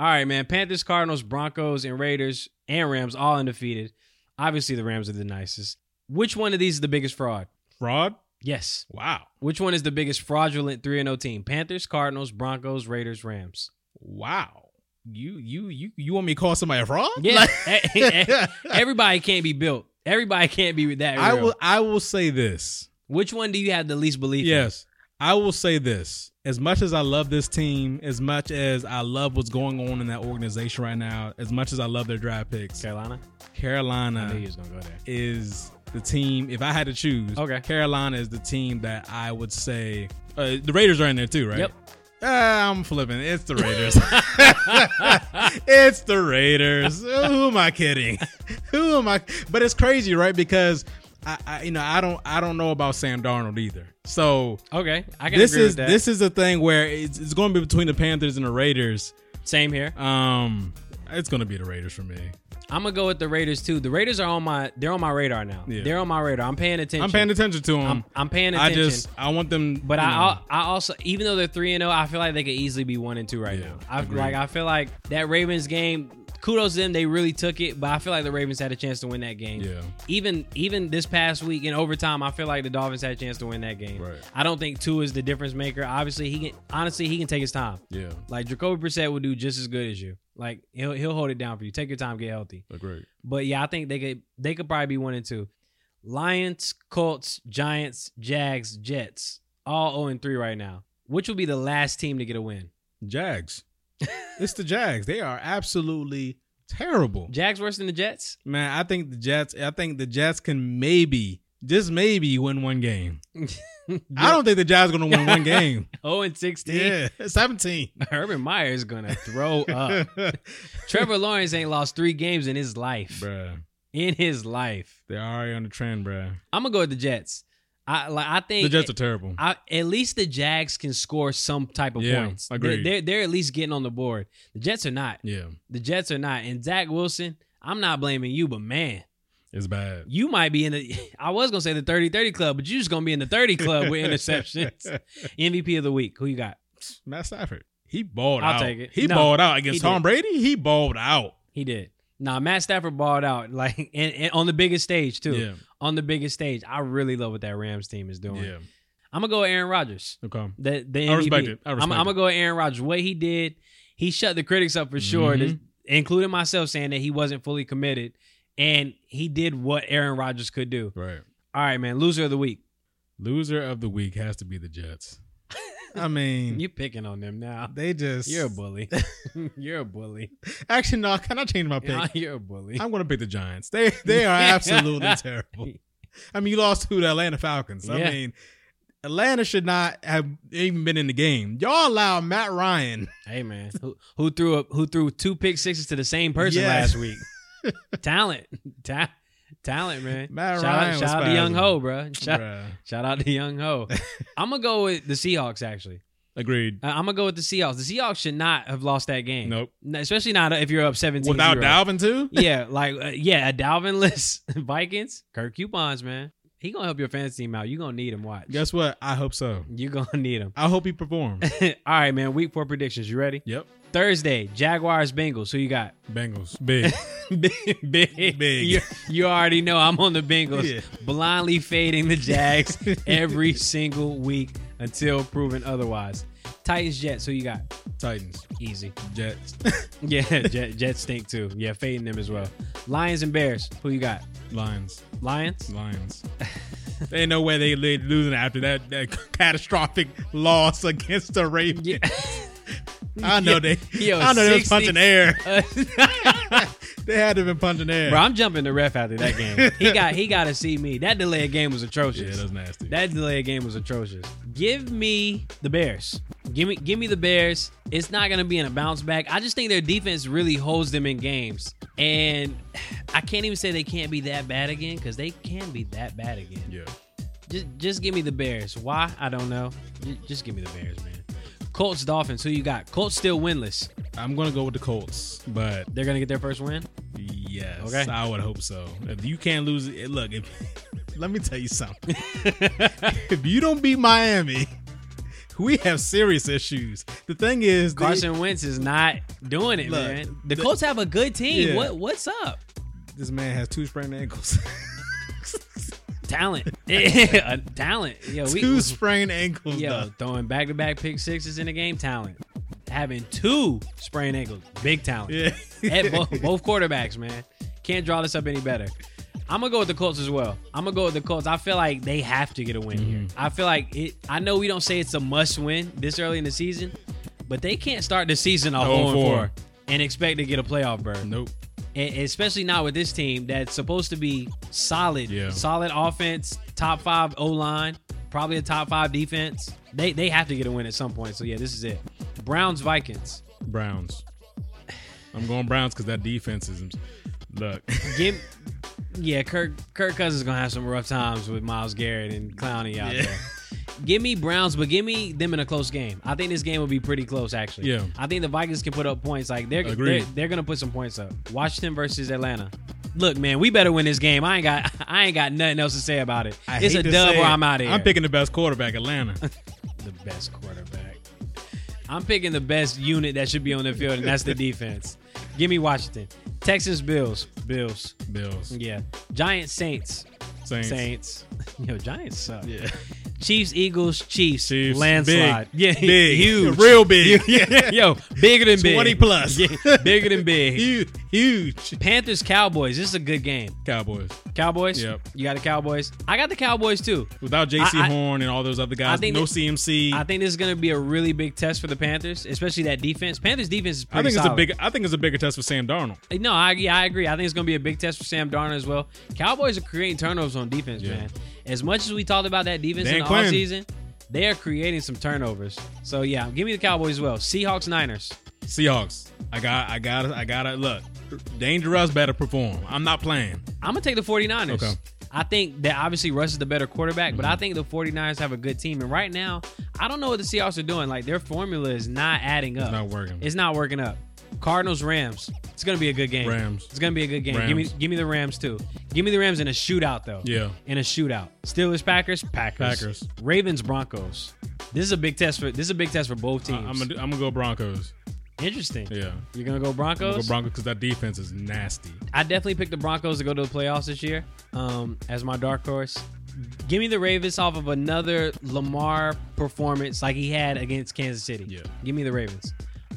All right, man. Panthers, Cardinals, Broncos, and Raiders and Rams all undefeated. Obviously, the Rams are the nicest. Which one of these is the biggest fraud? Fraud. Yes. Wow, Which one is the biggest fraudulent 3 0 team? Panthers, Cardinals, Broncos, Raiders, *laughs* Rams. wow. You you you you want me to call somebody a fraud? Yeah. *laughs* E- *laughs* e- Like- Everybody can't be built. Everybody can't be that. I real. will I will say this. Which one do you have the least belief in? Yes. I will say this. As much as I love this team, as much as I love what's going on in that organization right now, as much as I love their draft picks, Carolina? I knew you Carolina was going to go there. is the team. If I had to choose, Okay. Carolina is the team that I would say uh, the Raiders are in there too, right? Yep. Uh, I'm flipping. It's the Raiders. *laughs* it's the Raiders. Who am I kidding? *laughs* Who am I? But it's crazy, right? Because I, I you know, I don't, I don't know about Sam Darnold either. So Okay. I can this agree is with that. this is a thing where it's, it's going to be between the Panthers and the Raiders. Same here. Um, it's going to be the Raiders for me. I'm gonna go with the Raiders too. The Raiders are on my they're on my radar now. Yeah. They're on my radar. I'm paying attention. I'm paying attention to them. I'm, I'm paying I attention. just, I want them. but you I know, al- I also even though they're three and zero, I feel like they could easily be one and two right Yeah, now. I agreed. like I feel like that Ravens game. Kudos to them. They really took it, but I feel like the Ravens had a chance to win that game. Yeah. Even even this past week in overtime, I feel like the Dolphins had a chance to win that game. Right. I don't think two is the difference maker. Obviously, he can honestly he can take his time. yeah, Like Jacoby Brissett will do just as good as you. Like he'll he'll hold it down for you. Take your time, get healthy. agree. But yeah, I think they could they could probably be one and two. Lions, Colts, Giants, Jags, Jets, all 0 and 3 right now. Which will be the last team to get a win? Jags. *laughs* it's the Jags. They are absolutely terrible. Jags worse than the Jets? Man, I think the Jets. I think the Jets can maybe, just maybe, win one game. I don't think the Jags going to win one *laughs* game. 0 and 16. yeah, seventeen. *laughs* Urban Meyer is gonna throw *laughs* up. Trevor Lawrence ain't lost three games in his life. bruh, In his life, they're already on the trend, bruh. I'm gonna go with the Jets. I like. I think The Jets are terrible. I, at least the Jags can score some type of Yeah, points. agreed. They're, they're at least getting on the board. The Jets are not. yeah, The Jets are not. And Zach Wilson, I'm not blaming you, but man, it's bad. you might be in the. *laughs* I was gonna say the 30-30 club, but you're just gonna be in the 30 club with interceptions. MVP of the week. Who you got? *laughs* Matt Stafford. He balled I'll out. take it. He No, balled out he against Tom did. Brady. He balled out. He did. Nah, Matt Stafford balled out *laughs* like and, and on the biggest stage too. Yeah. On the biggest stage, I really love what that Rams team is doing. Yeah. I'm gonna go with Aaron Rodgers. Okay. The the MVP. I respect it. I I'm, respect I'm gonna it. go with Aaron Rodgers. What he did, he shut the critics up for sure, Mhm. this- including myself, saying that he wasn't fully committed, and he did what Aaron Rodgers could do. Right. All right, man. Loser of the week. Loser of the week has to be the Jets. I mean, You picking on them now? they just. You're a *laughs* bully. *laughs* You're a bully. Actually, no. Can I change my pick? Nah, You're a *laughs* bully. I'm going to pick the Giants. They they are absolutely terrible. I mean, you lost to the Atlanta Falcons. I Yeah. mean, Atlanta should not have even been in the game. Y'all allow *laughs* Matt Ryan. Hey, man. Who, who threw up? Who threw two pick sixes to the same person Yes. last *laughs* week? Talent, Ta- talent, man. Matt shout out, Ryan was shout out to Young spazzing. Ho, bro. Shout, Bruh. shout out to Young Ho. I'm gonna go with the Seahawks. Actually, *laughs* Agreed. I- I'm gonna go with the Seahawks. The Seahawks should not have lost that game. Nope. No, especially not if you're up 17. Without Dalvin too. yeah, like uh, yeah, a Dalvin-less *laughs* Vikings. Kirk Coupons, man. He gonna help your fantasy team out. You gonna need him. Watch. Guess what? I hope so. You gonna *laughs* need him. I hope he performs. All right, man. Week four predictions. You ready? *laughs* yep. Thursday, Jaguars, Bengals. Who you got? *laughs* Bengals big. *laughs* big, big, Big. You, you already know I'm on the Bengals. Yeah. Blindly fading the *laughs* Jags every single week until proven otherwise. Titans, Jets. Who you got? Titans. Easy. *laughs* Jets. Yeah, *laughs* Jet, Jets stink too. Yeah, fading them as well. Lions and Bears. Who you got? Lions. Lions. Lions. There ain't no way they li- losing after that, that catastrophic loss against the Ravens. I know they. *laughs* Yo, I know they 60 was punching air. *laughs* *laughs* Uh, They had to have been punching air. bro, I'm jumping the ref after that game. He got he got to see me. That delay of game was yeah, atrocious. that was nasty. That delay of game was atrocious. Give me the Bears. Give me give me the Bears. It's not gonna be in a bounce back. I just think their defense really holds them in games. And I can't even say they can't be that bad again, because they can be that bad again. yeah. Just just give me the Bears. Why? I don't know. J- Just give me the Bears, man. Colts, Dolphins, who you got? Colts still winless. I'm gonna go with the Colts, but They're gonna get their first *laughs* win. yes, Okay. I would hope so. If you can't lose, it, look. If, *laughs* let me tell *laughs* you something. if you don't beat Miami, *laughs* we have serious issues. The thing is, they- Carson Wentz is not doing it, Look, man. The, the- Colts have a good team. Yeah. What what's up? this man has two sprained ankles. *laughs* Talent. *laughs* Yeah, talent. Yo, we, two sprained ankles. yo, dog. throwing back to back pick sixes in the game, talent. Having two sprained ankles, big talent. Yeah. At both, both quarterbacks, man. Can't draw this up any better. I'm gonna go with the Colts as well. I'm gonna go with the Colts. I feel like they have to get a win here. Mm-hmm. I feel like it. I know we don't say it's a must win this early in the season, but they can't start the season off 0 0 and 4 and expect to get a playoff berth. Nope. And especially not with this team that's supposed to be solid, Yeah. solid offense, top five O line, probably a top five defense. They they have to get a win at some point. So yeah, this is it. Browns Vikings. Browns. I'm going Browns because that defense is. Look, Give, yeah, Kirk Kirk Cousins is gonna have some rough times with Miles Garrett and Clowney out there. Give me Browns, but give me them in a close game. I think this game will be pretty close, actually. Yeah. I think the Vikings can put up points. Like they're Agreed. they're, they're gonna put some points up. Washington versus Atlanta. Look, man, we better win this game. I ain't got *laughs* I ain't got nothing else to say about it. I it's hate a to dub say or it, I'm out of here. I'm picking the best quarterback, Atlanta. *laughs* the best quarterback. I'm picking the best unit that should be on the field, and that's *laughs* the defense. Give me Washington. Texas Bills. Bills. Bills. Yeah. Giants Saints. Saints. Saints. *laughs* Yo, Giants suck. Yeah. Chiefs, Eagles, Chiefs, Chiefs. landslide. Big. Yeah, *laughs* Big. huge. Real big. *laughs* Yeah. Yo, bigger than big. 20 plus. *laughs* Yeah, bigger than big. huge. Huge. Panthers, Cowboys. This is a good game. Cowboys. Cowboys. Yep. You got the Cowboys. I got the Cowboys too. Without J.C. I- I- Horn and all those other guys, think no that- CMC. I think this is going to be a really big test for the Panthers, especially that defense. Panthers defense is pretty I think it's a solid. big. I think it's a bigger test for Sam Darnold. No, I yeah, I agree. I think it's gonna be a big test for Sam Darnold as well. Cowboys are creating turnovers on defense, Yeah. man. As much as we talked about that defense Dan in the Quinn. offseason, they are creating some turnovers. So yeah, give me the Cowboys as well. Seahawks Niners. Seahawks. I got. I got. I got to look. Dangerous better perform. I'm not playing. I'm gonna take the 49ers. Okay. Mm-hmm. I think that obviously Russ is the better quarterback, but I think the 49ers have a good team. And right now, I don't know what the Seahawks are doing. Like their formula is not adding up. It's not working. It's not working up. Cardinals Rams. It's gonna be a good game. Rams. It's gonna be a good game. Give me Rams. give me the Rams too. Give me the Rams in a shootout though. Yeah. In a shootout. Steelers Packers. Packers. Packers. Ravens Broncos. This is a big test for this is a big test for both I, teams. am gonna. do- I'm gonna go Broncos. Interesting. Yeah. I'm You're gonna go gonna Broncos. go Broncos because that defense is nasty. I definitely picked the Broncos to go to the playoffs this year um, as my dark horse. Give me the Ravens off of another Lamar performance like he had against Kansas City. Yeah. Give me the Ravens.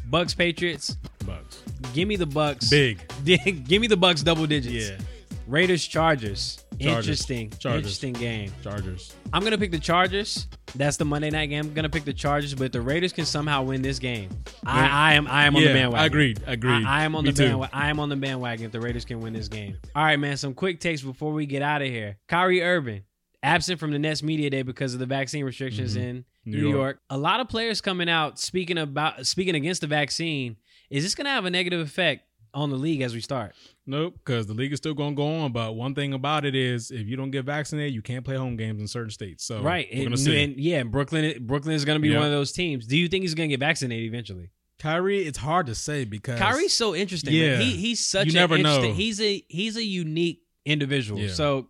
Bucks Patriots. Bucks. Give me the Bucks. *laughs* Big. Give me the Bucks double digits. Yeah. Raiders Chargers. Chargers. Interesting. Chargers. Interesting game. Chargers. I'm gonna pick the Chargers. That's the Monday night game. I'm gonna pick the Chargers, but the Raiders can somehow win this game. I, I am I am on yeah, the bandwagon. I agreed. Agreed. I, I am on Me the too. bandwagon. I am on the bandwagon if the Raiders can win this game. All right, man. Some quick takes before we get out of here. Kyrie Urban absent from the next media day because of the vaccine restrictions Mhm. in New, New York. York. A lot of players coming out speaking about speaking against the vaccine. Is this gonna have a negative effect on the league as we start? Nope, because the league is still going to go on. But one thing about it is, if you don't get vaccinated, you can't play home games in certain states. So right. Oh, we're going to And, see. and yeah, Brooklyn Brooklyn is gonna be Yep. one of those teams. Do you think he's gonna get vaccinated eventually? Kyrie, it's hard to say because Kyrie's so interesting. man. Yeah. He he's such You an never interesting. know. He's a he's a unique individual. Yeah. So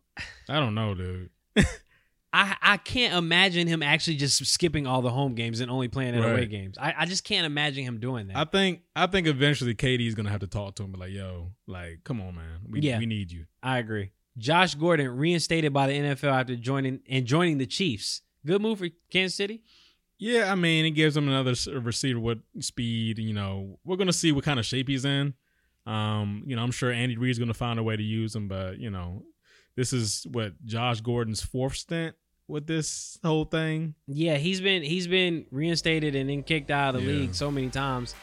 I don't know, dude. I I can't imagine him actually just skipping all the home games and only playing at away Right. games. I, I just can't imagine him doing that. I think I think eventually KD's going to have to talk to him, be like, "Yo, like, come on, man, we Yeah. we need you." I, agree. Josh Gordon reinstated by the NFL after joining and joining the Chiefs. Good move for Kansas City. Yeah, I mean, it gives him another s- receiver with speed. You know, we're going to see what kind of shape he's in. Um, you know, I'm sure Andy Reid's going to find a way to use him, but you know, This is what Josh Gordon's fourth stint with this whole thing. Yeah, he's been he's been reinstated and then kicked out of the Yeah. league so many times.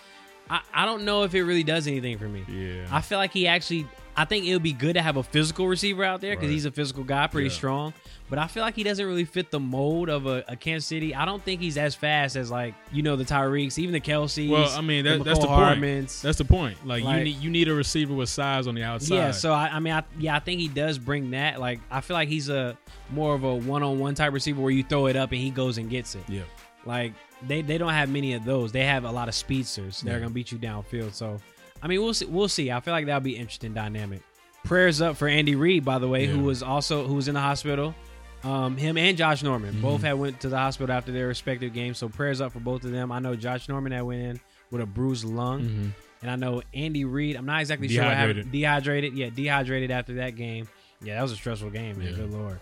I, I don't know if it really does anything for me. Yeah, I feel like he actually. I think it would be good to have a physical receiver out there because Right. he's a physical guy, pretty Yeah. strong. But I feel like he doesn't really fit the mold of a, a Kansas City. I don't think he's as fast as like you know the Tyreeks, even the Kelseys. Well, I mean, that- that's McCall the point. Hardmans. that's the point. Like, you Like- need you need a receiver with size on the outside. Yeah, so I, I mean, I, yeah, I think he does bring that. Like, I feel like he's a more of a one-on-one type receiver where you throw it up and he goes and gets it. yeah, Like, they, they don't have many of those. They have a lot of speedsters that Yeah. are gonna beat you downfield. So, I mean, we'll see. We'll see. I feel like that'll be interesting dynamic. Prayers up for Andy Reid, by the way, Yeah. who was also who was in the hospital. Um, him and Josh Norman Mm-hmm. both had went to the hospital after their respective games. So prayers up for both of them. I know Josh Norman had went in with a bruised lung. Mm-hmm. And I know Andy Reid, I'm not exactly sure what Dehydrated. happened. Dehydrated. Yeah, dehydrated after that game. Yeah, that was a stressful game, man. Yeah. Good lord.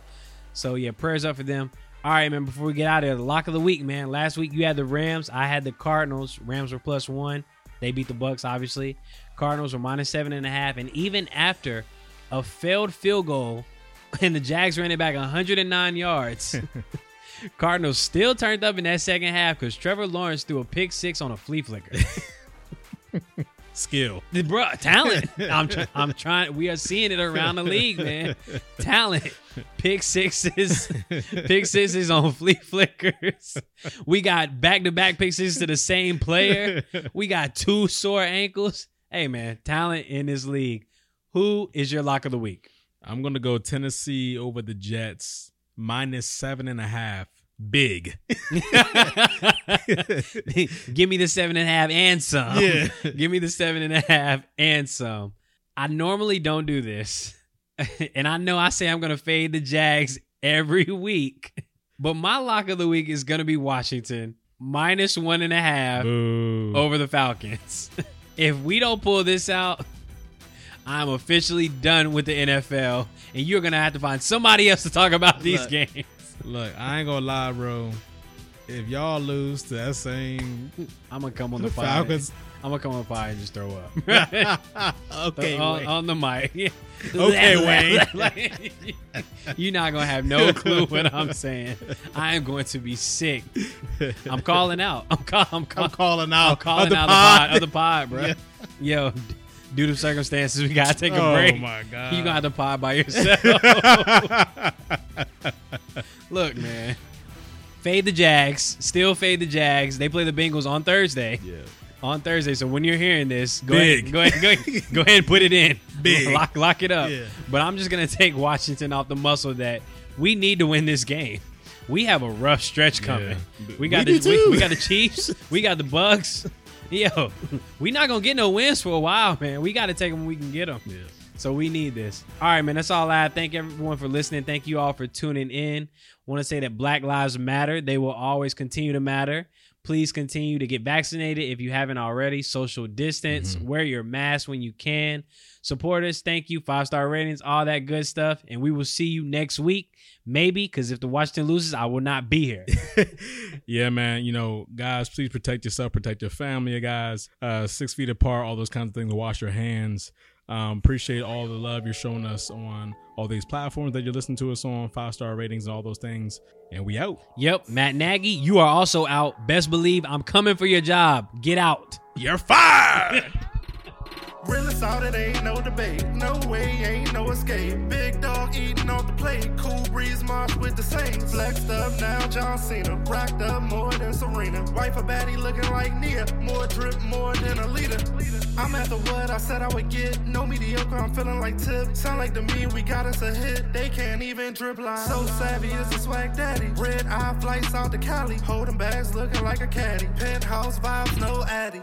So yeah, prayers up for them. All right, man, before we get out of here, the lock of the week, man. Last week you had the Rams. I had the Cardinals. Rams were plus one. They beat the Bucks, obviously. Cardinals were minus seven and a half. And even after a failed field goal *laughs* and the Jags ran it back 109 yards. Cardinals still turned up in that second half because Trevor Lawrence threw a pick six on a flea flicker. skill. *laughs* bro talent I'm, tr- I'm trying we are seeing it around the league man talent pick sixes pick sixes on flea flickers we got back-to-back pick sixes to the same player we got two sore ankles hey man talent in this league who is your lock of the week *laughs* I'm gonna go Tennessee over the Jets minus seven and a half. Big. give me the seven and a half and some yeah. Give me the seven and a half and some. I normally don't do this. *laughs* and I know I say I'm going to fade the Jags every week. But my lock of the week is going to be Washington minus one and a half *laughs* Boo. over the Falcons. *laughs* if we don't pull this out, I'm officially done with the NFL. And you're going to have to find somebody else to talk about these Look. games. *laughs* Look, I ain't gonna lie, bro. If y'all lose to that same I'm going to come on the the fire. Falcons, I'm going to come on fire and just throw up. *laughs* *laughs* okay, on, wait. on the mic. *laughs* Okay, Wayne. *laughs* You're not gonna have no clue what I'm saying. I am going to be sick. I'm calling out. I'm, call, I'm, call, *laughs* I'm uh, I'm, calling out. calling of the out pod. the pod of the pod, bro. Yo, d- due to circumstances, we gotta take a oh break. my god! You gonna have to pod by yourself. *laughs* *laughs* Look, man. Fade the Jags. Still fade the Jags. They play the Bengals on Thursday yeah. *laughs* on Thursday. So when you're hearing this, go Big. ahead, go ahead, go ahead, go ahead and put it in. Big. *laughs* Lock lock it up. Yeah. But I'm just gonna take Washington off the muscle that we need to win this game. We have a rough stretch coming. Yeah. We got We the do we, too. we got the Chiefs. we got the Bucks. *laughs* Yo, we not gonna get no wins for a while, man. We got to take them when we can get them. Yeah. So we need this. All right, man. That's all I have. Thank everyone for listening. Thank you all for tuning in. Want to say that Black Lives Matter. They will always continue to matter. Please continue to get vaccinated if you haven't already. Social distance. Wear your mask when you can. Support us. Thank you. Five star ratings. All that good stuff. And we will see you next week. Maybe because if the Washington loses, I will not be here. yeah, man. You know, guys, please protect yourself, protect your family, guys. Uh, six feet apart, all those kinds of things. Wash your hands. Um, appreciate all the love you're showing us on all these platforms that you listen to us on, five star ratings and all those things. And we out. yep. Matt Nagy, you are also out. Best believe I'm coming for your job. Get out. *laughs* You're fired. Really solid, ain't no debate. No way, ain't no escape. Big dog eating off the plate. Cool breeze march with the Saints. Flexed up now, John Cena. Racked up more than Serena. Wife a baddie looking like Nia. More drip, more than a leader. I'm at the what I said I would get. No mediocre, I'm feeling like Tip. Sound like to me, we got us a hit. They can't even drip line. So savvy is a swag daddy. Red eye flights out to Cali. Holding bags looking like a caddy. Penthouse vibes, no addy.